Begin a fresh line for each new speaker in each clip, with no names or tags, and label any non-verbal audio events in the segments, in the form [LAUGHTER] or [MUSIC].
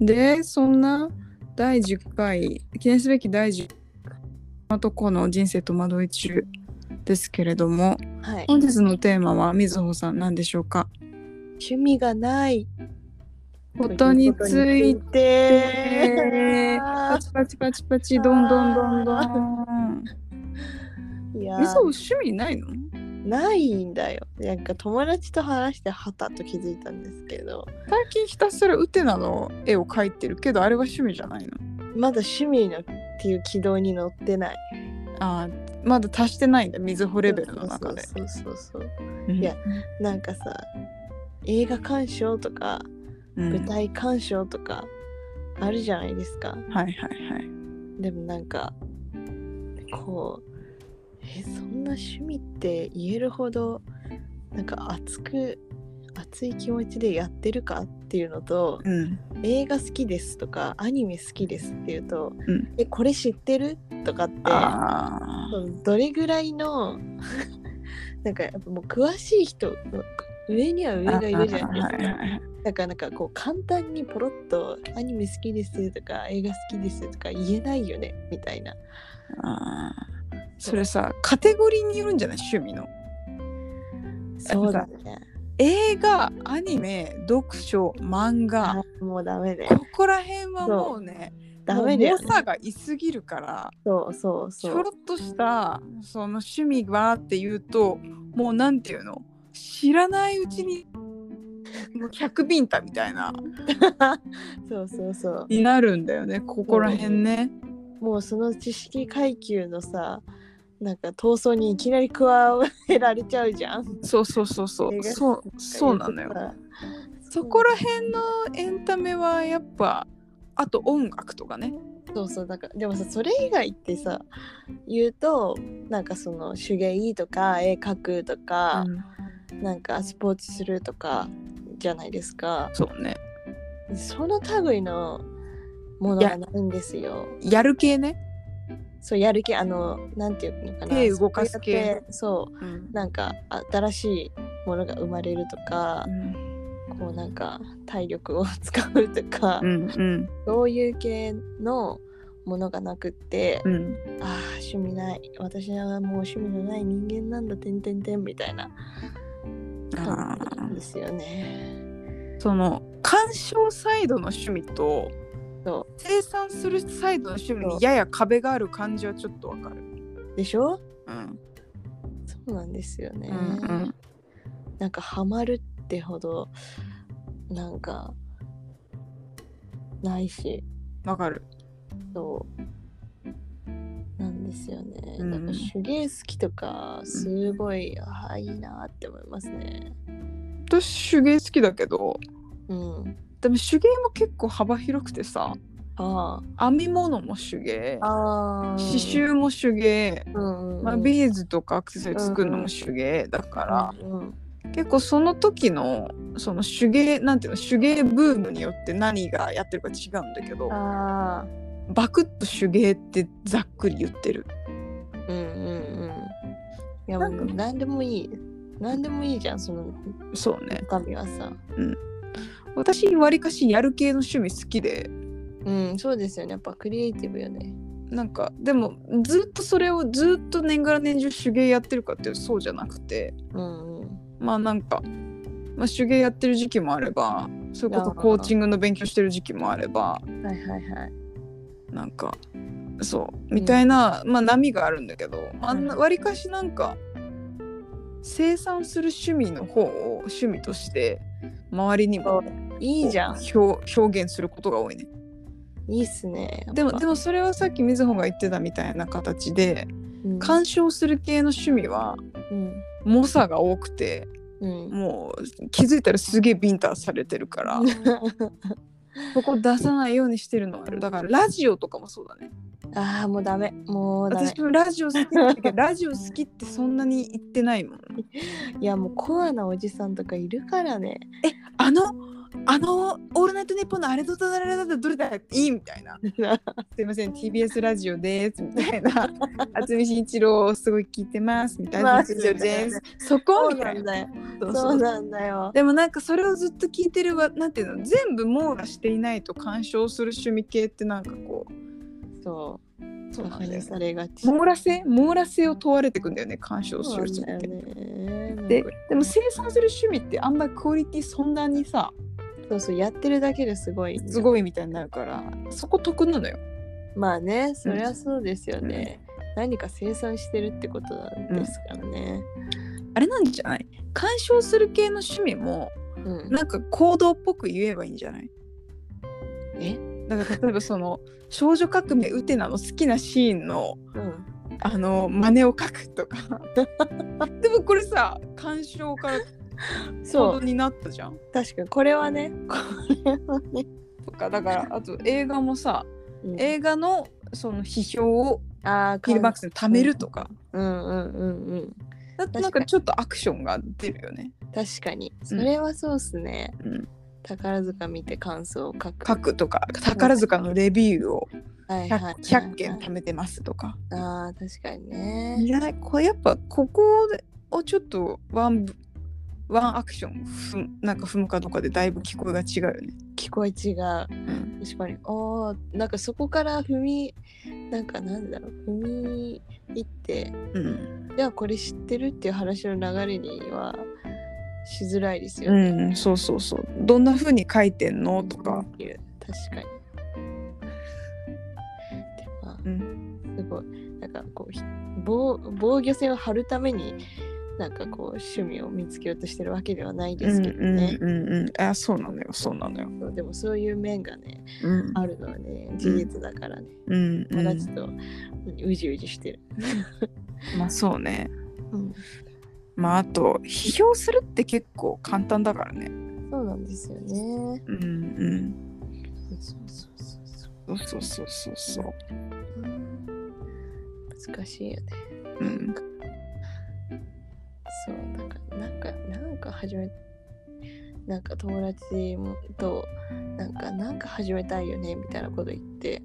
でそんな第10回記念すべき第10回とこの人生戸惑い中ですけれども
はい。
本日のテーマはみずほさん何でしょうか
趣味がない
ことについて
て
パチパチパチパチどんどんどんどん
[LAUGHS] いや
みずほ趣味ないの
ないんだよ。なんか友達と話してはたと気づいたんですけど、
最近ひたすらウテナの絵を描いてるけどあれは趣味じゃないの
まだ趣味のっていう軌道に乗ってない。
あーまだ足してないんだみずほレベルの中で
そうそうそうそう
い
や、なんかさ、映画鑑賞とか
うん
舞台鑑賞とかあるじゃないですか。
はいはいはい
でもなんかこうえそんな趣味って言えるほどなんか熱く熱い気持ちでやってるかっていうのと
うん
映画好きですとかアニメ好きですっていうと、
うん
えこれ知ってるとかって
あー
そうどれぐらいの [LAUGHS] なんかやっぱもう詳しい人の上には上がいるじゃないです
あーはい
か
はいはい
だからなんかこう簡単にポロッとアニメ好きですとか映画好きですとか言えないよねみたいな
あーそれさカテゴリーによるんじゃない趣味の
そうだね。
映画アニメ読書漫画
あもうダメね。
ここら辺はもうね
ダメだよ、
も
ね
う。猛者がいすぎるから
そうそう
ち
そ
ょ
う
ろ。っとしたその趣味がっていうともうなんていうの知らないうちにもう100ビンタみたいな
そうそうそう。
になるんだよねここら辺ね。
もうその知識階級のさ、なんか闘争にいきなり加えられちゃうじゃん。
そうそうそうそう
映画
そうそうなのよ。そこら辺のエンタメはやっぱあと音楽とかね
そうそうだからでもさそれ以外ってさ言うとなんかその手芸とか絵描くとか、なんかスポーツするとかじゃないですか
そうね
その類のものがないんですよ
やる系ね、
そうやる気あのなんていうのかな
手動かす系
そうやってそう
うん
なんかあ新しいものが生まれるとか
う、ん
こうなんか体力を使うとか、
うん
そういう系のものがなくって、
うん
ああ趣味ない私はもう趣味のない人間なんだてんてんてんみたいな
あ
感じなん
ー
ですよね。
その鑑賞サイドの趣味と
そ
生産するサイドの趣味にやや壁がある感じはちょっとわかる。
でしょ
うん
そうなんですよね。
うんうん
なんかハマるってほどなんかないし。
わかる。
そうなんですよね。
うん
なんか手芸好きとかすごい、ああいいなって思いますね。
私手芸好きだけど
うん。
でも手芸も結構幅広くてさ
あ
編み物も手芸
あ。ああ。
刺。繍も手芸
うんうん、うん。
まあ、
ー
ビーズとかアクセサリー作るのも手芸だから、結構その時のその手芸なんていうの手芸ブームによって何がやってるか違うんだけど
ああ。
バクッと手芸ってざっくり言ってる
うんうんうん。いや
な
も
んか
う何でもいい。何でもいいじゃん、その
そうね
中身はさ。
私わりかしやる系の趣味好きで
うん、そうですよね。やっぱクリエイティブよね。
なんかでもずっとそれをずっと年がら年中手芸やってるかっていうとそうじゃなくて
うんうん。
まあなんか、まあ、手芸やってる時期もあればそれこそコーチングの勉強してる時期もあれば
はいはいはい。
なんかそうみたいな、まあ波があるんだけどあんな
うん
割かしなんか生産する趣味の方を趣味として周りにも
いいじゃん。
表表現することが多いね
いいっすね。やっぱ
でもでもそれはさっきみずほが言ってたみたいな形で
うん、
鑑賞する系の趣味は
うん。
猛者が多くて
うん。
もう気づいたらすげえビンタされてる
[LAUGHS]
からそこ出さないようにしてるのはあるだからラジオとかもそうだね
ああもうダメもうダメ
私もラジオ好きだ
[LAUGHS]
けどラジオ好きってそんなに言ってないもん
いやもうコアなおじさんとかいるからね
ああのあの「オールナイトニッポン」のあれとどれだどれだいいみたい
[LAUGHS]
な「すいません TBS ラジオです」みたい
[LAUGHS]
な「渥美慎一郎をすごい聞いてます」みたいな「
まあ
ラジオです」そこ
そう
みた
ないん
な
だよ。
そうそう
そうなんだよ。
でもなんかそれをずっと聞いてるわなんていうの全部網羅していないと鑑賞する趣味系ってなんかこ
そう。
うそう
馬
なんだ
鹿に
よ
されがち。
網羅性網羅性を問われてくんだよね鑑賞す
そう
る
な
趣
んだ
味
よ
って。
ね。
ででも生産する趣味ってあんまりクオリティそんなにさ
そうそうやってるだけですごい。
すごいみたいになるからそこ得なのよ。
まあね、そりゃそうですよね。何か生産してるってことなんですからね。
あれなんじゃない鑑賞する系の趣味も
うん。
なんか行動っぽく言えばいいんじゃない
え？
だから例えばそ
[LAUGHS]
の「少女革命ウテナ」の好きなシーンの
うん。
あの真似を書くと
[LAUGHS]
かでもこれさ鑑賞から行
そ
動
う
になったじゃん
確かにこれはね、これはね。
とかだからあと映画もさ
うん
映画のその批評を
ああ
フィルマックスに貯めるとか
うんうんうんうん。
だってなん
確か
か
に
ちょっとアクションが出るよね、
確かに。それはそうっすね。
うん、
宝塚見て感想を書く。
書くとか宝塚のレビューを
はいはいはい
100, 100件貯めてますとか
ああ、確かにね。
いやこれやっぱここをちょっとワンブワンアクションふんなんか踏むかどうかでだいぶ聞こえが違うよね。
聞こえ違う。
うん
確かに。おお、なんかそこから踏み、なんかなんだろう、踏み入って、
うん
じゃあこれ知ってるっていう話の流れにはしづらいですよね。
うん、そうそうそうどんな風に書いてんのとか
っ、ていう確かに。でまあ
うん、
すごいなんかこうひ防防御線を張るためになんかこう趣味を見つけようとしてるわけではないですけどね、
うんうんうんうんあそうなのよそうなのよ、
そうでもそういう面がね
うん
あるのはね事実だからね、
うんう
まだ
ん
ちょっとうじうじしてる、
まあそうね
うん、
まああと批評するって結構簡単だからね
そうなんですよね
うんうん
そうそうそうそう
そうそうそうそうそう
うん難しいよね
うん
そうなんかなんかなんか始めなんか友達もとなんかなんか始めたいよねみたいなこと言って、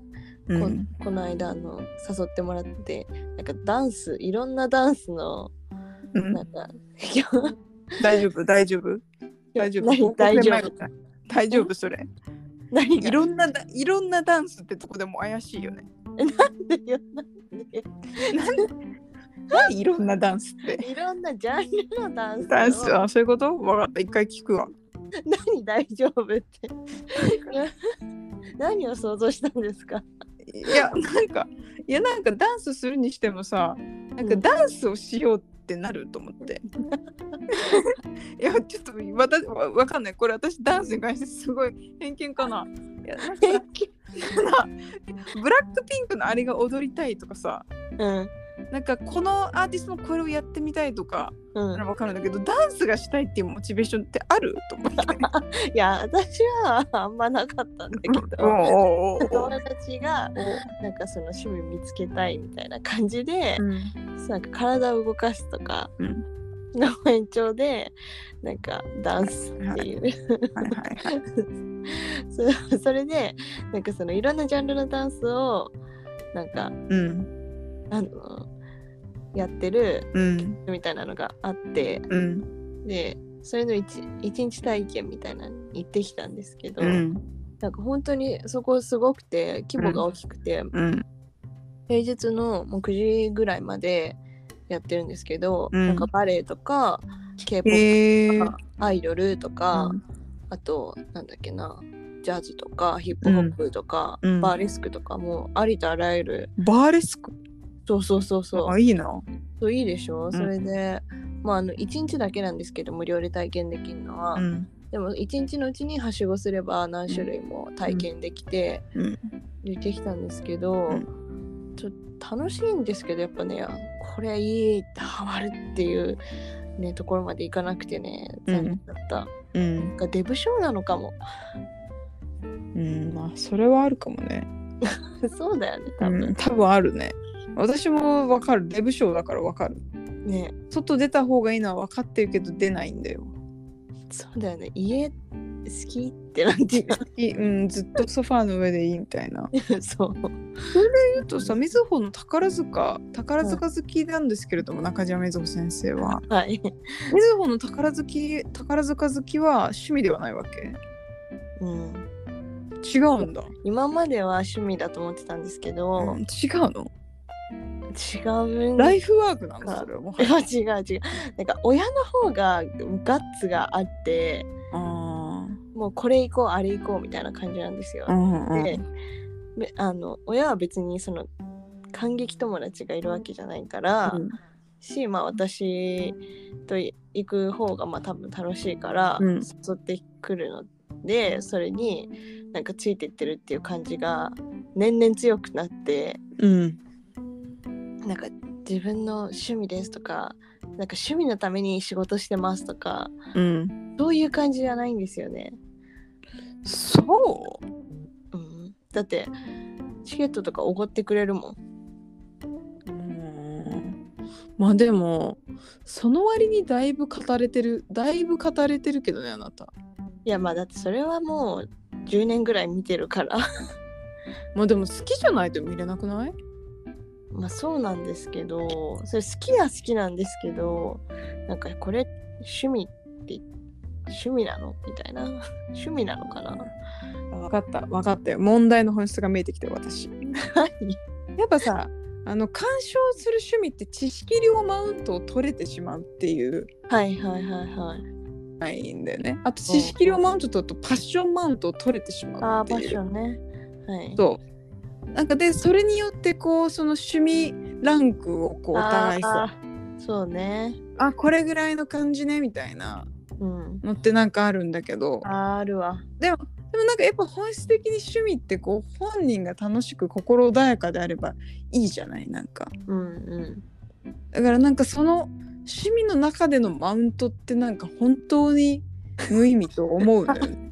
う
こ
ん
この間あの誘ってもらってなんかダンスいろんなダンスの
うん
なんか、 [LAUGHS] 今日
大丈夫大丈夫大丈夫
何大丈夫
大丈夫それ
何が
いろんなだいろんなダンスってとこでも怪しいよね
いろんな
何いろんなダンスって
いろんなジャンルのダンスを
ダンスあそういうこと分かった一回聞くわ
何大丈夫って何を想像したんですか
いやなんかいやなんかダンスするにしてもさなんかダンスをしようってなると思って。いやちょっとわたわわかんないこれ私ダンスに関してすごい偏見かな。いやなんかさブラックピンクのあれが踊りたいとかさ
うん
なんかこのアーティストのこれをやってみたいとか
うん
ならわかるんだけどダンスがしたいっていうモチベーションってあると思って。
いや私はあんまなかったんだけど
おーおーお
友
ー
達がなんかその趣味見つけたいみたいな感じで
う、ん
なんか体を動かすとか
う
の延長でなんかダンスっていう
はいはいはい。
そそれでなんかそのいろんなジャンルのダンスをなんか
うん
あのやってる
うん
みたいなのがあって
うん
でそれの一一日体験みたいなのに行ってきたんですけど、
うん
なんか本当にそこすごくて規模が大きくて、
うん
平日のもう9時ぐらいまでやってるんですけど、
うん
なんかバレエとか k p o
へえ
p とかアイドルとか、あとなんだっけなジャズとかヒップホップとか、
うんうん
バーレスクとかもうありとあらゆる
バーレスク
そうそうそうそう
あいいな。
そういいでしょ、それで、まあ、あの1日だけなんですけど無料で体験できるのは、
うん
でも1日のうちにはしごすれば何種類も体験できて。
うん
出てきたんですけど、
う
ちょっと楽しいんですけどやっぱねこれいいってハマるっていう、ね、ところまでいかなくてね
うん
残念だった、
うん、
なん、デブ症なのかも [LAUGHS]
うん、まあそれはあるかもね。
そうだよね
多
多
分,、
分、
多分あるね。私もわかる。デブ症だからわかる。
ね
外出た方がいいのは分かってるけど出ないんだよ。
そうだよね家好きってなんていうか [LAUGHS]
いうん、ずっとソファーの上でいいみたいな。
そう
ちょっとさ、みずほの宝塚、宝塚好きなんですけれども、中島みずほ先生は。
はい
みずほの宝好き、宝塚好きは趣味ではないわけ
うん
違うんだ。
今までは趣味だと思ってたんですけ
う
ど、
ん違うの
違うん
ライ
[LAUGHS]
フワークなのそれはもは
違
や。
う違う違うなんか親の方がガッツがあって
あ
もうこれ行こうあれ行こうみたいな感じなんですよ
ーう、んうん
でべあの親は別にその感激友達がいるわけじゃないから、し、まあ、私とい行く方がまあ多分楽しいから、
うん
誘ってくるのでそれになんかついてってるっていう感じが年々強くなって
うん。
なんか自分の趣味ですとかなんか趣味のために仕事してますとか
うん。
そういう感じじゃないんですよね。
そ
うん、だってチケットとかおごってくれるもん。
ううんまあでも、その割にだいぶ語れてる、だいぶ語れてるけどね、あなた。
いやまあだってそれはもう10年ぐらい見てるから [LAUGHS]
まあでも好きじゃないと見れなくない
まあそうなんですけどそれ好きは好きなんですけどなんかこれ趣味って趣味なのみたいな [LAUGHS] 趣味なのかな [LAUGHS]
分かった分かったよ問題の本質が見えてきたよ私 [LAUGHS]
はい
やっぱさあの鑑賞する趣味って知識量マウントを取れてしまうっていう
はいはいはいはい
ないんだよねあと知識量マウントとあとパッションマウントを取れてし
あ
ま
あ
うって
パ
いう
ッションねはい
そうなんかでそれによってこうその趣味ランクをこうお互いさ
あーそうね
あこれぐらいの感じねみたいな
うん
のってなんかあるんだけど
あーあるわ
でもなんかやっぱ本質的に趣味ってこう本人が楽しく心穏やかであればいいじゃないなんか
うんうん
だからなんかその趣味の中でのマウントってなんか本当に無意味と思うのよね。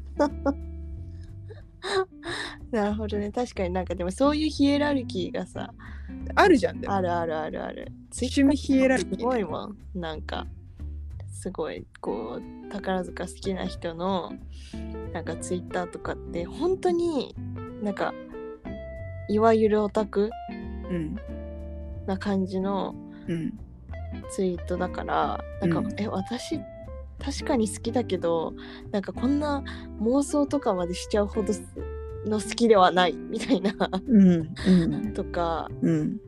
なるほどね確かになんかでもそういうヒエラルキーがさ
あるじゃんで [LAUGHS] も
あるあるあるある。
趣味ヒエラルキー
すごいもん。なんか、すごい、こう、宝塚好きな人の、なんかツイッターとかって、本当になんか、いわゆるオタク
うん
な感じの
うん
ツイートだから、なんか、
うん
え、私、確かに好きだけど、なんかこんな妄想とかまでしちゃうほどの好きではないみたいな
うんうん
とか、
うん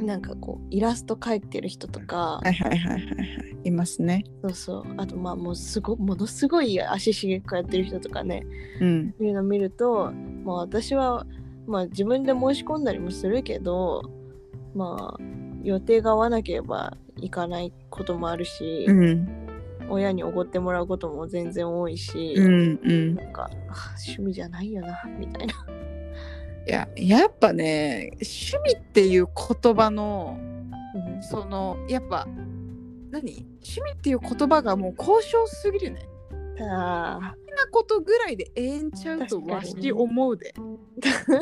なんかこう、イラスト描いてる人とか、
はいはいはいはいはいいますね。
そうそうあとまあもうすごものすごい足しげくやってる人とかね
うん
いうの見るとまあ私はまあ自分で申し込んだりもするけどまあ予定が合わなければ行かないこともあるし、
うん
親におごってもらうことも全然多いし、
うんうん
なんかあ趣味じゃないよなみたいない
ややっぱね趣味っていう言葉のそのやっぱ何趣味っていう言葉がもう高尚すぎるね。
あ
そんなことぐらいでええんちゃうと
確か
わ
にね
し思うで。
確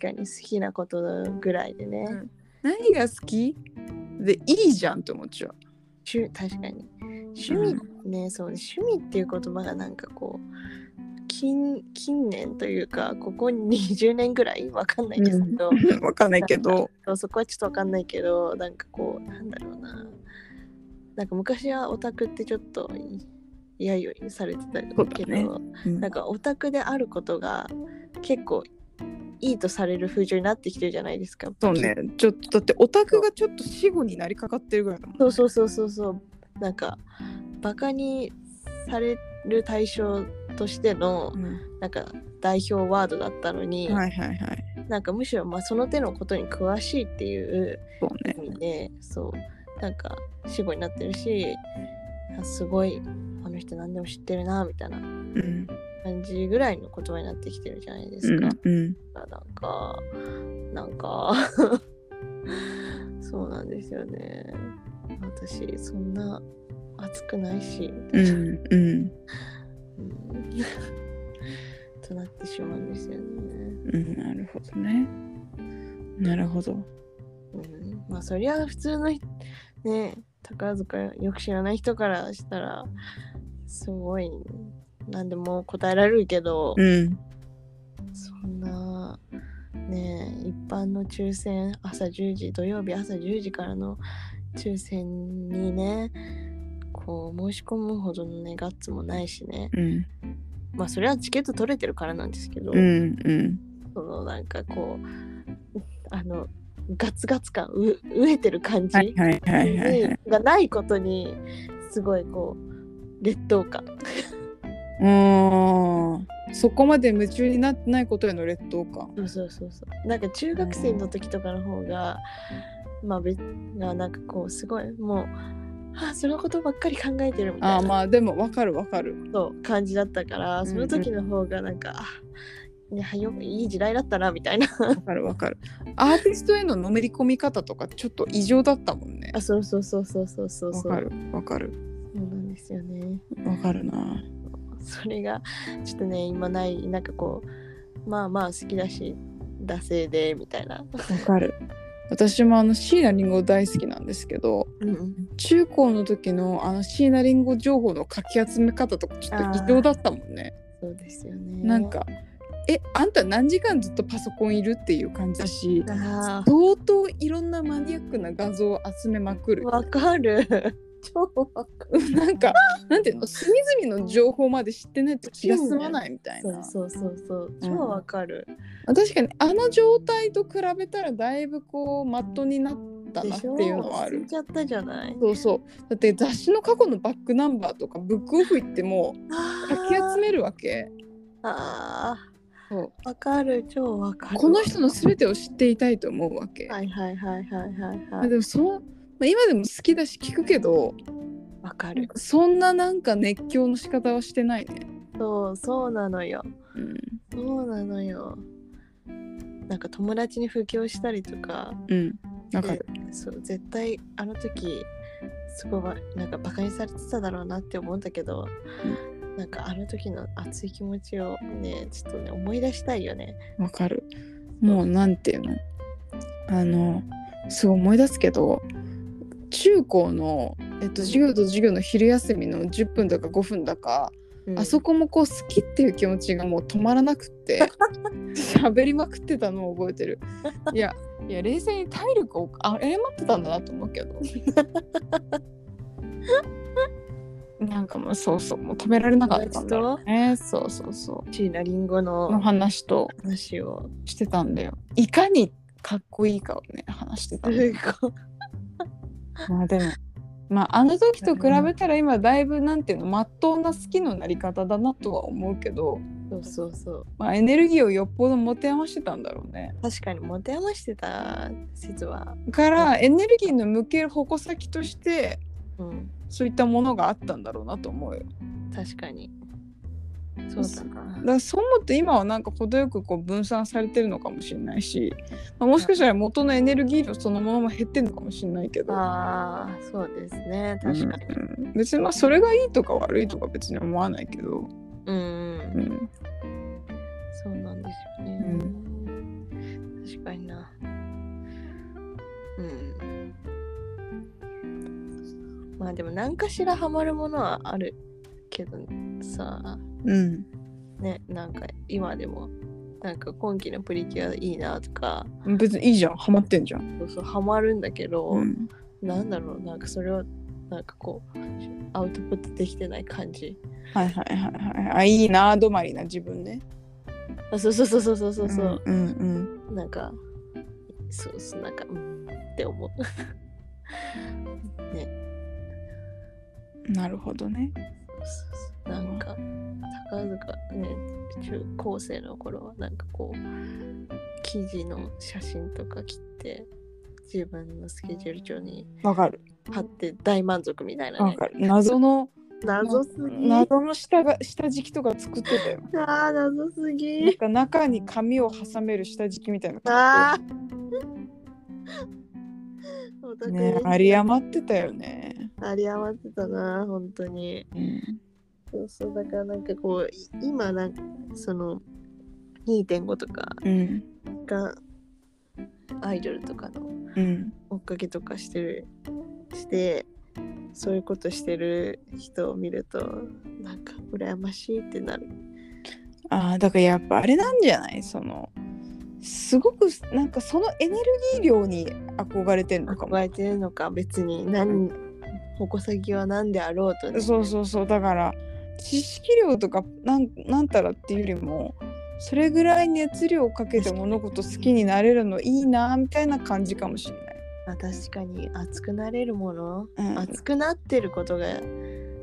かに好きなことぐらいでね、
うん何が好きでいいじゃんって思っちゃう。
趣確かに趣味、ねそうね趣味っていう言葉がなんかこう近近年というかここ20年ぐらいわかんないですけど、
わかん [LAUGHS] ないけど。
そうそこはちょっとわかんないけどなんかこうなんだろうななんか昔はオタクってちょっと揶揄されてたけ
そ
ど
うだねうん
[LAUGHS] なんかオタクであることが結構いいとされる風潮になってきてるじゃないですか。
そうね。ちょっとだってオタクがちょっと死後になりかかってるぐらいだもん。
そうそうそうそうそうなんかバカにされる対象としての
うん
なんか代表ワードだったのに、
はいはいはい。
なんかむしろまあその手のことに詳しいっていう
そうね。
意味でそうなんか死語になってるしあすごいあの人何でも知ってるなみたいな
うん。
感じぐらいの言葉になってきてるじゃないで
う
す
ん
か。
うん。
なんかなんか [LAUGHS] そうなんですよね私そんな熱くないし、
うんうん
うん、 [LAUGHS] となってしまうんですよね、
うん。なるほどね。なるほど。
うん、まあそりゃ普通の人ね宝塚よく知らない人からしたらすごい何でも答えられるけど、
うん
そんなねえ一般の抽選朝10時土曜日朝10時からの抽選にねこう申し込むほどのねガッツもないしね
うん
まあそれはチケット取れてるからなんですけど、
うんうん
そのなんかこうあのガツガツ感う飢えてる感じ、
はいはいはいはいはい
がないことにすごいこう劣等感
うーんそこまで夢中になってないことへの劣等感
そうそうそうそうなんか中学生の時とかの方が、まあ別がなんかこうすごいもうあそのことばっかり考えてるみた
あ
い
ー
な
まあでもわかるわかる
そう感じだったから、
ん
その時の方がなんか、あねはよいい時代だったなみたいな [LAUGHS]
わかるわかるアーティストへののめり込み方とかちょっと異常だったもんね
あそうそうそうそうそうそう
わ
そう
かるわかる
そうなんですよね
わかるな
それがちょっとね今ないなんかこうまあまあ好きだし惰性でみたいな、
わかる私もあの椎名林檎大好きなんですけど
うん、
中高の時のあの椎名林檎情報のかき集め方とかちょっと異常だったもんね
[LAUGHS] そうですよね
なんかえあんた何時間ずっとパソコンいるっていう感じだし
あ
相当いろんなマニアックな画像を集めまく
ー
る
わかる [LAUGHS] 超わかる
なんかなんていうの隅々の情報まで知ってないと気が済まないみたいな、
そうそうそうそう超わかる、
まあ確かにあの状態と比べたらだいぶこうマットになったな
で
って
しょ
いうのはあ
忘
る
れちゃったじゃない
そうそうだって雑誌の過去のバックナンバーとかブックオフ行っても
あ
う
ー
かき集めるわけ
あ
そう
ーわかる超わかる
この人の全てを知っていたいと思うわけ、
はいはいはいはいはい
ま
は
あ
い
でもその、まあ、今でも好きだし聞くけど
わかる
そんななんか熱狂の仕方はしてないね、
そうそうなのよ
うん、
そうなのよなんか友達に布教したりとか
うんわかる
そう絶対あの時すごいわなんかバカにされてただろうなって思うんだけど、なんかあの時の熱い気持ちをねちょっとね思い出したいよね。
わかるもうなんていうのあのすごい思い出すけど中高の、えっと、授業と授業の昼休みの10分だか5分だか、あそ
こ
こもこう好きっていう気持ちがもう止まらなくって [LAUGHS] 喋りまくってたのを覚えて [LAUGHS] るいやいや冷静に体力をあ誤ってたんだなと思うけ [LAUGHS] どなんかもうそうそうもう止められなかったんだろうねそうそうそ
シーナリンゴ
うの
の
話と
話を
してたんだよ。いかにかっこいいかをね話してたんだよ。
すごい
まあでもまああの時と比べたら今だいぶなんていうのまっとうな好きのなり方だなとは思うけど、
そうそうそう
まあ、エネルギーをよっぽど持て余してたんだろうね。
確かに持て余してた説は、
からエネルギーの向ける矛先として
うん、
そういったものがあったんだろうなと思うよ。
確かにそうだ
だ
な
からそう思って今はなんか程よくこう分散されてるのかもしれないし、まあ、もしかしたら元のエネルギー量そのものも減ってるのかもしれないけど。
あーそうですね確かに
うんうん別にまあそれがいいとか悪いとか別に思わないけど、
う
う
ん、うん、
ん、
そうなんですよ
う
ね、確かになうんまあでも何かしらハマるものはあるけどさ
うん、
ねなんか今でもなんか今期のプリキュアいいなとか
別にいいじゃんハマってんじゃん、
そうそうハマるんだけど、
うん、
なんだろうなんかそれをなんかこうアウトプットできてない感じ
はいはいはいはいあいいな止まりな自分ね
あそうそうそうそうそうそうそう、
うんうん
なんかそうそうなんかうんって思うね
うんなるほどね
そうそうなんか高塚ね中高生の頃はなんかこう記事の写真とか切って自分のスケジュール帳に
わかる
貼って大満足みたいな
わ
ね。
かる謎の
謎すぎ。あ
謎の下が下敷きとか作ってたよ
あ、謎す
なん
ぎ。
か中に紙を挟める下敷きみたいな
ああ。お
ね
互い
あり余ってたよね、
あり余ってたな、本当に。
うん、
そうそう、だからなんかこう、い今なんか、その、2.5とか
うん
が、アイドルとかの
うん
追っかけとかしてる、して、そういうことしてる人を見るとなんか羨ましいってなる。
ああだからやっぱあれなんじゃないそのすごくなんかそのエネルギー量に憧れてるのか
憧
も
れてるのか別に何矛先は何であろうと、ね、
そうそうそうだから知識量とかなんなんたらっていうよりもそれぐらい熱量をかけて物事好きになれるのいいなみたいな感じかもしれない。
あ確かに熱くなれるもの、
うん
熱くなってることが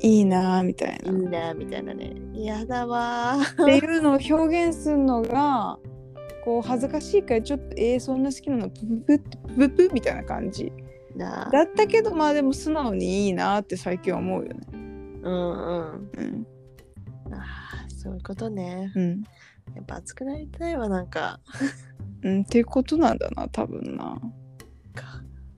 い
いいなみたい
い
な。っ
なみたいなねやだわー
ていうのを表現するのがこう恥ずかしいからちょっとえー、そんな好きなのププププププみたいな感じ
な
[LAUGHS] だったけどまあでも素直にいいなって最近は思うよね。
うんうん
うん
あーそういうことね
うん
やっぱ熱くなりたいわなんか
うん、っていうことなんだな多分な。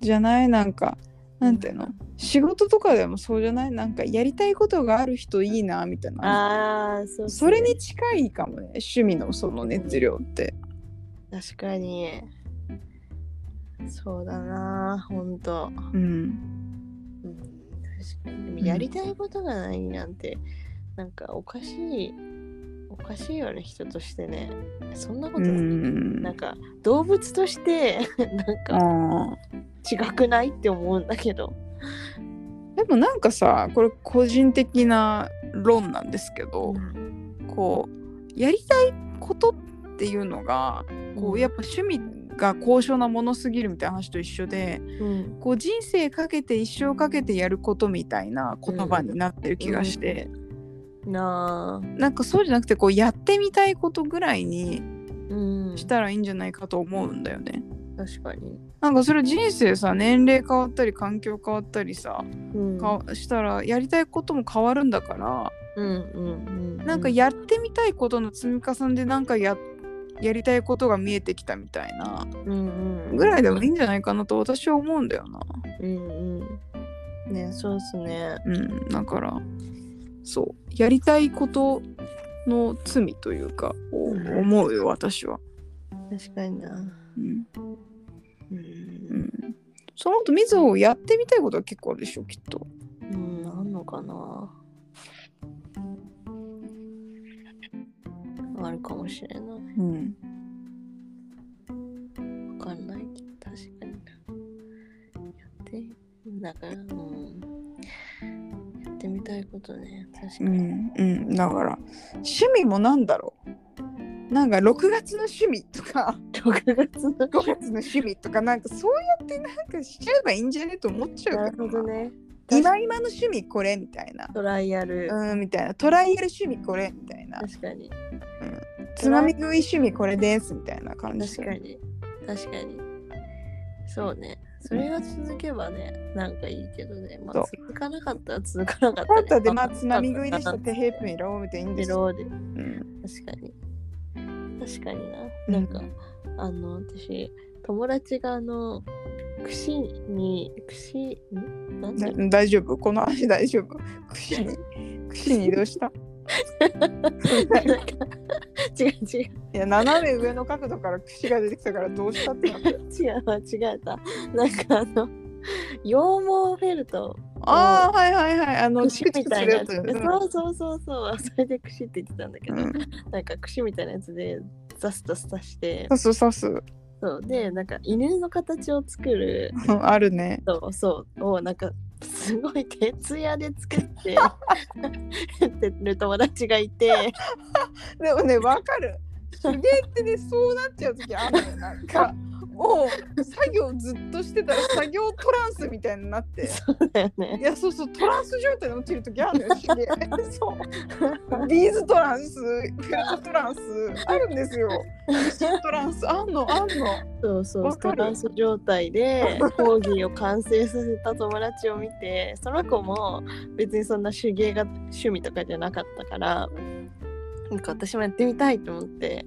じゃないなんかなんていうの仕事とかでもそうじゃないなんかやりたいことがある人いいなみたいな
あーそうっすね
それに近いかもね趣味のその熱量って
確かにそうだなほんと、
うん
うん、確かにでもやりたいことがないなんて、なんかおかしいおかしいよね人としてねそんなこ
う
とない、なん
ん
か動物として [LAUGHS] なん
あ
か
ー
違くないって思うんだけど
でもなんかさこれ個人的な論なんですけどこうやりたいことっていうのがこうやっぱ趣味が高尚なものすぎるみたいな話と一緒で、
うん
こう人生かけて一生かけてやることみたいな言葉になってる気がして、
なあ
なんかそうじゃなくてこうやってみたいことぐらいに
うん
したらいいんじゃないかと思うんだよね。
確かに、
なんかそれ人生さ年齢変わったり環境変わったりさ
うん、
かしたらやりたいことも変わるんだから
うんうんうん
なんかやってみたいことの積み重ねでなんかややりたいことが見えてきたみたいな
うんうん
ぐらいでもいいんじゃないかなと私は思うんだよな。
うんうんねそうっすね
うん、だからそうやりたいことの罪というかを
うん
思うよ私は、
確かにな
うん
う、
うんん、その後みずほやってみたいことは結構あるでしょきっと
うん、あんのかなあるかもしれない
うん
わかんないけど確かにやってだからうんやってみたいことね確か
う
に、
ん、うん、だから趣味もなんだろうなんか6月の趣味と
[LAUGHS]
か [LAUGHS]
6月の
5月の趣味とかなんかそうやってなんかしちゃえばいいんじゃねと思っちゃう
な
け
る
ど
ほ
な
どね
今今の趣味これみたいな
トライアル、
うんみたいなトライアル趣味これみたいな
確かに
つまみ食い趣味これですみたいな感じ
確かに確かにそうねそれが続けばね、なんかいいけどね、ま
そ
あ
う、
続かなかったら続かなかった、
パンタでまあつまみ食いでしたた手ヘープにロームでいいんですよ。
ローで
うん
確かに確かにな、
うん
なんかあの私友達があの串に串んなんだ
な大丈夫この足大丈夫串に串に移動したい
なんか [LAUGHS] 違う違う
や斜め上の角度から串が出てきたからどうしたってな
[LAUGHS]
った
違う間違えた [LAUGHS] なんかあの羊毛フェルト
ああはいはいはいあの
串みたいなやつ
チクチクするや
そうそうそうそうそれで串って言ってたんだけど、
うん
なんか串みたいなやつでザスザス刺して
刺す刺す
そうでなんか犬の形を作る
うんあるね
そうそうをなんかすごい徹夜で作って
[LAUGHS]
やってる友達がいて
でもねわかる手芸ってねそうなっちゃう時あるのよなんかもう作業ずっとしてたら作業トランスみたいになって
そうだよね
[LAUGHS] いやそうそうトランス状態に落ちる時あるのよ
[LAUGHS]
手芸そうビーズトランスフェルトトランスあるんですよシートランスあんのあんの
そうそう
わ
ス
か
ト
る
ランス状態
[LAUGHS]
で講義を完成させた友達を見てその子も別にそんな手芸が趣味とかじゃなかったからなんか私もやってみたいと思って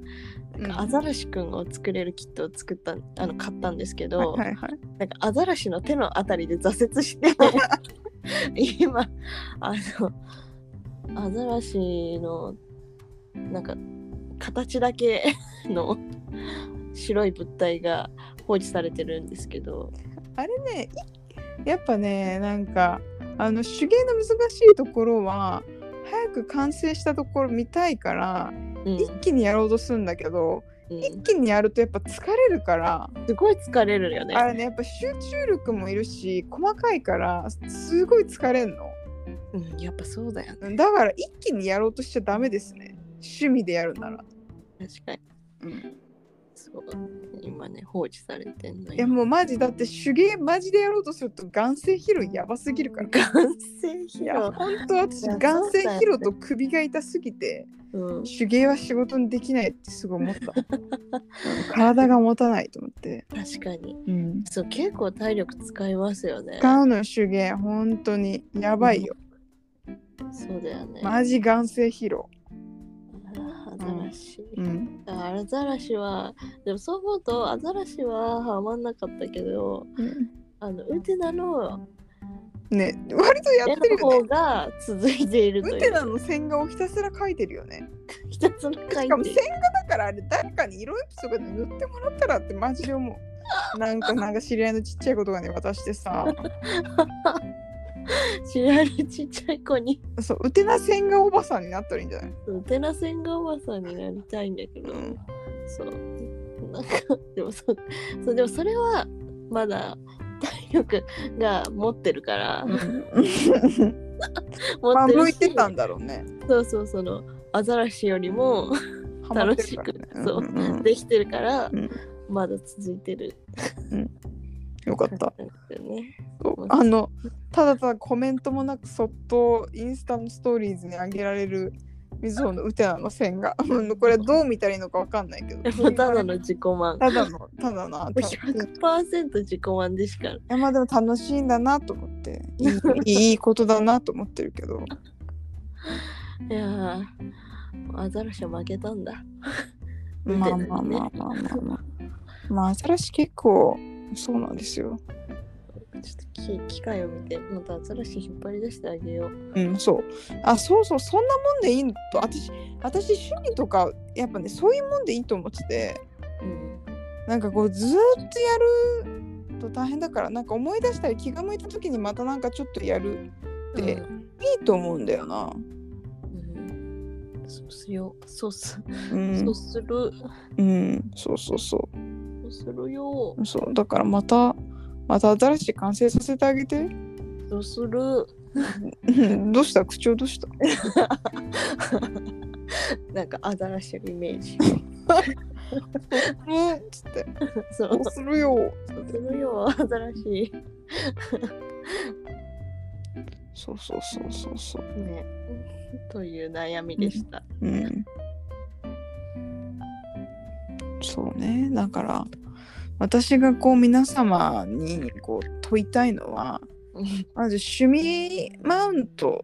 なんかアザラシくんを作れるキットを作ったあの買ったんですけど、
はいはいはい
なんかアザラシの手のあたりで挫折して [LAUGHS] 今あのアザラシのなんか形だけの白い物体が放置されてるんですけど
あれねいやっぱねなんかあの手芸の難しいところは早く完成したところ見たいから
うん
一気にやろうとするんだけど、
うん
一気にやるとやっぱ疲れるから、
すごい疲れるよね
あれねやっぱ集中力もいるし細かいからすごい疲れんの
うん、やっぱそうだよね
だから一気にやろうとしちゃダメですね趣味でやるなら、
確かに
うん、
そう今ね放置されてんの
いやもうマジだって手芸マジでやろうとすると眼性疲労やばすぎるから
[LAUGHS] 完成
い
披
や
露
本当私
いや
眼性疲
そうだよ
労
ね
と首が痛すぎて
うん
手芸は仕事にできないってすごい思ったうん体が持たないと思って、
確かに
うん、
そう結構体力使いますよね
使うのよ手芸本当にやばいよ
そうだよね
マジ眼性疲労、
あーアザラシ、
うん
あアザラシはでもそう思うとアザラシはハマんなかったけどあのウテナの
ね割とや
絵
ってる
の
よ
方
ね
が続いているという
ウテナの線画をひたすら描いてるよね
ひたすら描
しかも
い
線
てる
画だからあれ誰かに色鉛筆とかで塗ってもらったらってマジで思うなんかなんか知り合いのちっちゃい子とかに渡して
[LAUGHS]
さ
知らぬちっちゃい子に
そうウテナ線画おばさんになったらいいんじゃない
ウテナ線がおばさんになりたいんだけど、
うん
そうなんかでもそうそうでもそれはまだ体力が持ってるから、
ま
持
あ
ってる
向い
して
たんだろうね
そうそうそのアザラシよりも
ハマってるから
楽し
ね
くそうん
んん
できてるから、
うん
まだ続いてる
よかった
なんですよね。
そうあのただただコメントもなくそっとインスタのストーリーズに上げられる水穂のウテナの線が [LAUGHS] うんこれどう見たらいいのかわかんないけど
もうただの自己満。
ただのただなただ
100%自己満でしか
いやまあでも楽しいんだなと思っていいいいことだなと思ってるけど
いやーアザラシは負けたんだ。見
ま
てな
あ
いね
まあまあまあまあまあまあ新しい結構そうなんですよ
ちょっとき機械を見てまたアザラシ引っ張り出してあげよう。
うんそうあそうそうそんなもんでいいのと私私趣味とかやっぱねそういうもんでいいと思ってて
うん、
なんかこうずーっとやると大変だからなんか思い出したり気が向いた時にまたなんかちょっとやるって
うん
いいと思うんだよな
うんそうすよそうす、
うん
そうする
うんそうそうそ
そうするよ
うそうだからまたまた新しい完成させてあげて
そうする
うんどうした口調どうした
なんかアザラシのイメ
[LAUGHS]
ージ
うんつって
そう
どうするよ
そうするよアザラシ
そうそうそうそうそう
ねという悩みでした。
うんそうねだから私がこう皆様にこう問いたいのはまず趣味マウント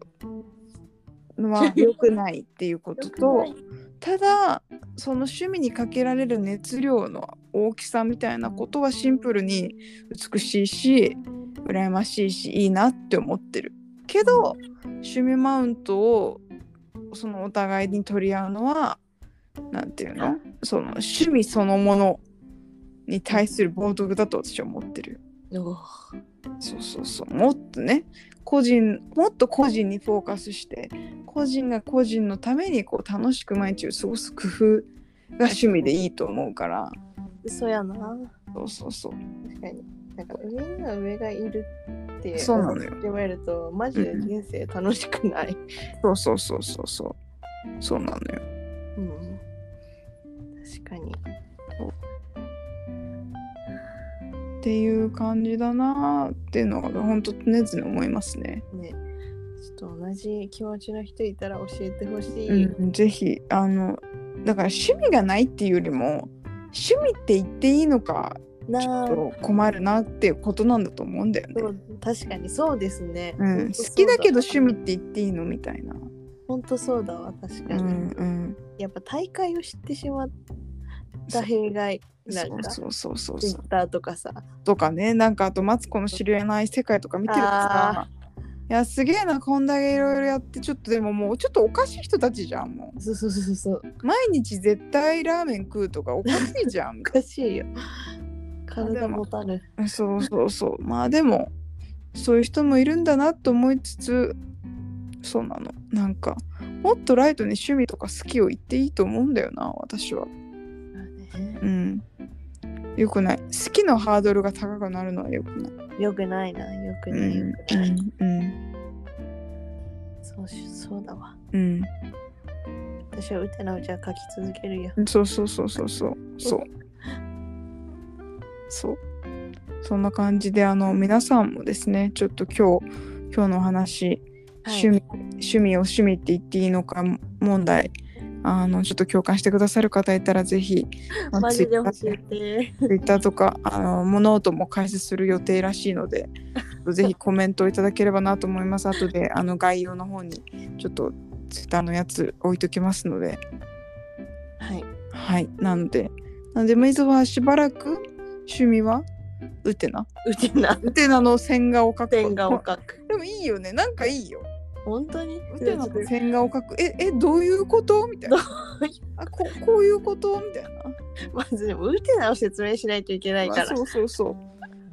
は良くないっていうこととただその趣味にかけられる熱量の大きさみたいなことはシンプルに美しいし羨ましいしいいなって思ってるけど趣味マウントをそのお互いに取り合うのは何ていうのその趣味そのものに対する冒涜だと私は思ってる。
お
そうそうそうもっとね個人もっと個人にフォーカスして個人が個人のためにこう楽しく毎日を過ごす工夫が趣味でいいと思うから
嘘やな。
そうそうそう
確かに。なんか上には上がいるって
そうなのよ
思えると、マジで人生楽しくない。
そうそうそうそうそうそうなのよ
うん。確かに。
っていう感じだなーっていうのが本当常々思いますね、
ね。ちょっと同じ気持ちの人いたら教えてほしい。
うん、ぜひあのだから趣味がないっていうよりも趣味って言っていいのかち
な
ょ
あ
っ。と困るなっていうことなんだと思うんだよね
そう確かにそうですね。
うん、
ほとそう
好きだけど趣味って言っていいのみたいな。
本当そうだわ確
う
かに、
ん
やっぱ大会を知ってしまった弊害
うん。
なんか
そうそうそうそう
ツイ
そ
ッ
う。
ターとかさ
とかね、なんかあとマツコの知り合いない世界とか見てるとさ。いやすげえなこんだけいろいろやってちょっとでももうちょっとおかしい人たちじゃんも
そうそうそうそう
う毎日絶対ラーメン食うとかおかしいじ
[LAUGHS]
ゃんみ
お
たい
かしいよ。体
でも
もたる。
なそうそうそうまあでもそういう人もいるんだなと思いつつそうなのなんかもっとライトに趣味とか好きを言っていいと思うんだよな私は
ね
うんよくない好きのハードルが高くなるのはよくない
よくないなよく
う
ないよ
ん
くない、
うん
そうしそうだわ
うん
私は歌のうちは書き続けるよ
うんそうそうそうそうそうそうそうそんな感じであの皆さんもですねちょっと今日今日のお話趣味、趣味を趣味って言っていいのか問題あのちょっと共感してくださる方いたらぜひあの
マジで教
Twitter
えて
ツイッターとかあのもうノートも開設する予定らしいの [LAUGHS] で、ぜひコメントをいただければなと思います。後であの概要の方にちょっとツイッターのやつ置いときますので、
はい
はい、なので、なんで、メイズはしばらく趣味はウテナ。
うちな
ウテナの線画を描く。
線画を
[LAUGHS]
描く
でもいいよね、なんかいいよ。
本当に
ウテナの線画を描く。え、え、どういうことみたいな。あここういうことみたいな。
まずでもウテナを説明しないといけないか
ま
ら、
あそうそうそ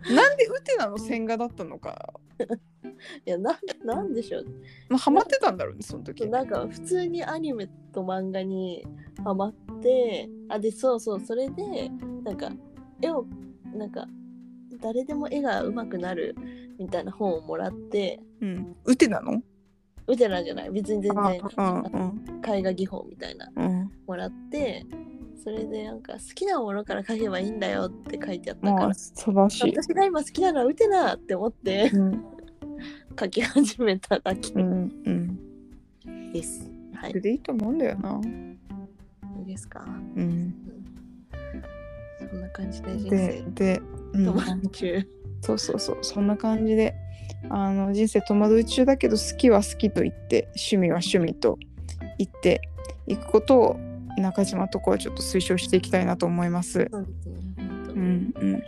う。なんでウテナの線画だったのか。
いやなんなんでしょう
まあ、ハマってたんだろうね、その時。
なんか普通にアニメと漫画にハマってあでそうそうそれでなんか絵をなんか誰でも絵が上手くなるみたいな本をもらって
うん、ウテなの
ウテナじゃない別に全
あ
然
うん
絵画技法みたいな
うんうん
もらってそれでなんか好きなものから描けばいいんだよって書いてあったか
ま
ら
あ素晴らしい、
私が今好きなのはウテナって思って [LAUGHS]
うん
描き始めただけ
うんうん、
です。は
そ
い
れ、でいいと思うんだよな、
いいですか
うん、
そんな感じで人
で
生
で、う
と
ん、
まんじゅう
そうそうそうそんな感じであの人生戸惑い中だけど好きは好きと言って趣味は趣味と言っていくことを中島とこはちょっと推奨していきたいなと思います。
そうですね本当
うんうん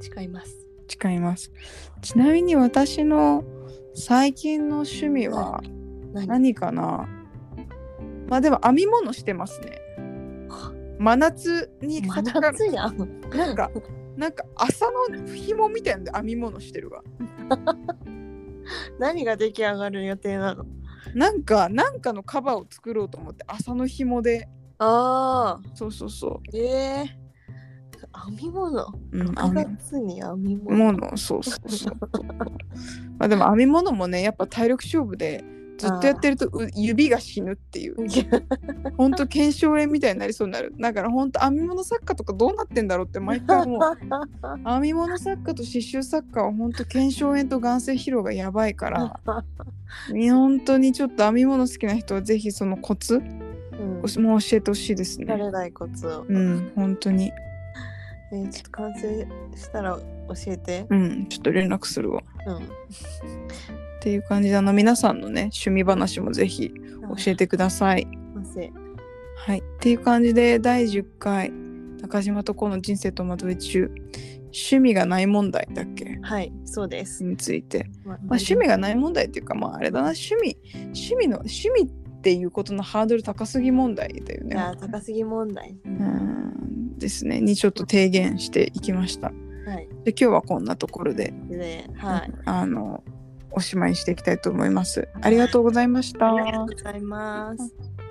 誓います。
誓いますちなみに私の最近の趣味は
何
何かなまあでも編み物してますね真夏に
真
かか
夏
る
やん。
なん
[LAUGHS]
かなんか朝の紐みたいなんで編み物してるわ
何が出来上がる予定なの
なんかなんかのカバーを作ろうと思って朝の紐で
ああ、
そうそうそ
ええ編み物。
う、うん、
9
編
月に編み
み
物。
物そうそうそうまあでも編み物もねやっぱ体力勝負でずっとやってるとう指が死ぬって
[LAUGHS]
いう
いや
ほんと腱鞘炎みたいになりそうになるだからほんと編み物作家とかどうなってんだろうって毎回もう編み物作家と刺繍作家は本当腱鞘炎と眼性疲労がやばいから本当にちょっと編み物好きな人はぜひそのコツ
うん
もう教えてほしいです
慣
ね。
れないコツを。
うん本当に
えーちょっと完成したら教えて。
うんちょっと連絡するわ。
うん。
っていう感じであの皆さんのね趣味話もぜひ教えてください。
ませ。
はいっていう感じで第10回中島とこの人生とまとめ中趣味がない問題だっけ
はい、そうです。
について
まあ
まあ、趣味がない問題っていうかまああれだな趣味趣味の趣味っていうことのハードル高すぎ問題だよ
い
ね。
や高すぎ問題。
うーんですねにちょっと提言していきました。
はい。
で今日はこんなところで、
で、はい。
あのおしまいにしていきたいと思います。ありがとうございました。
ありがとうございます。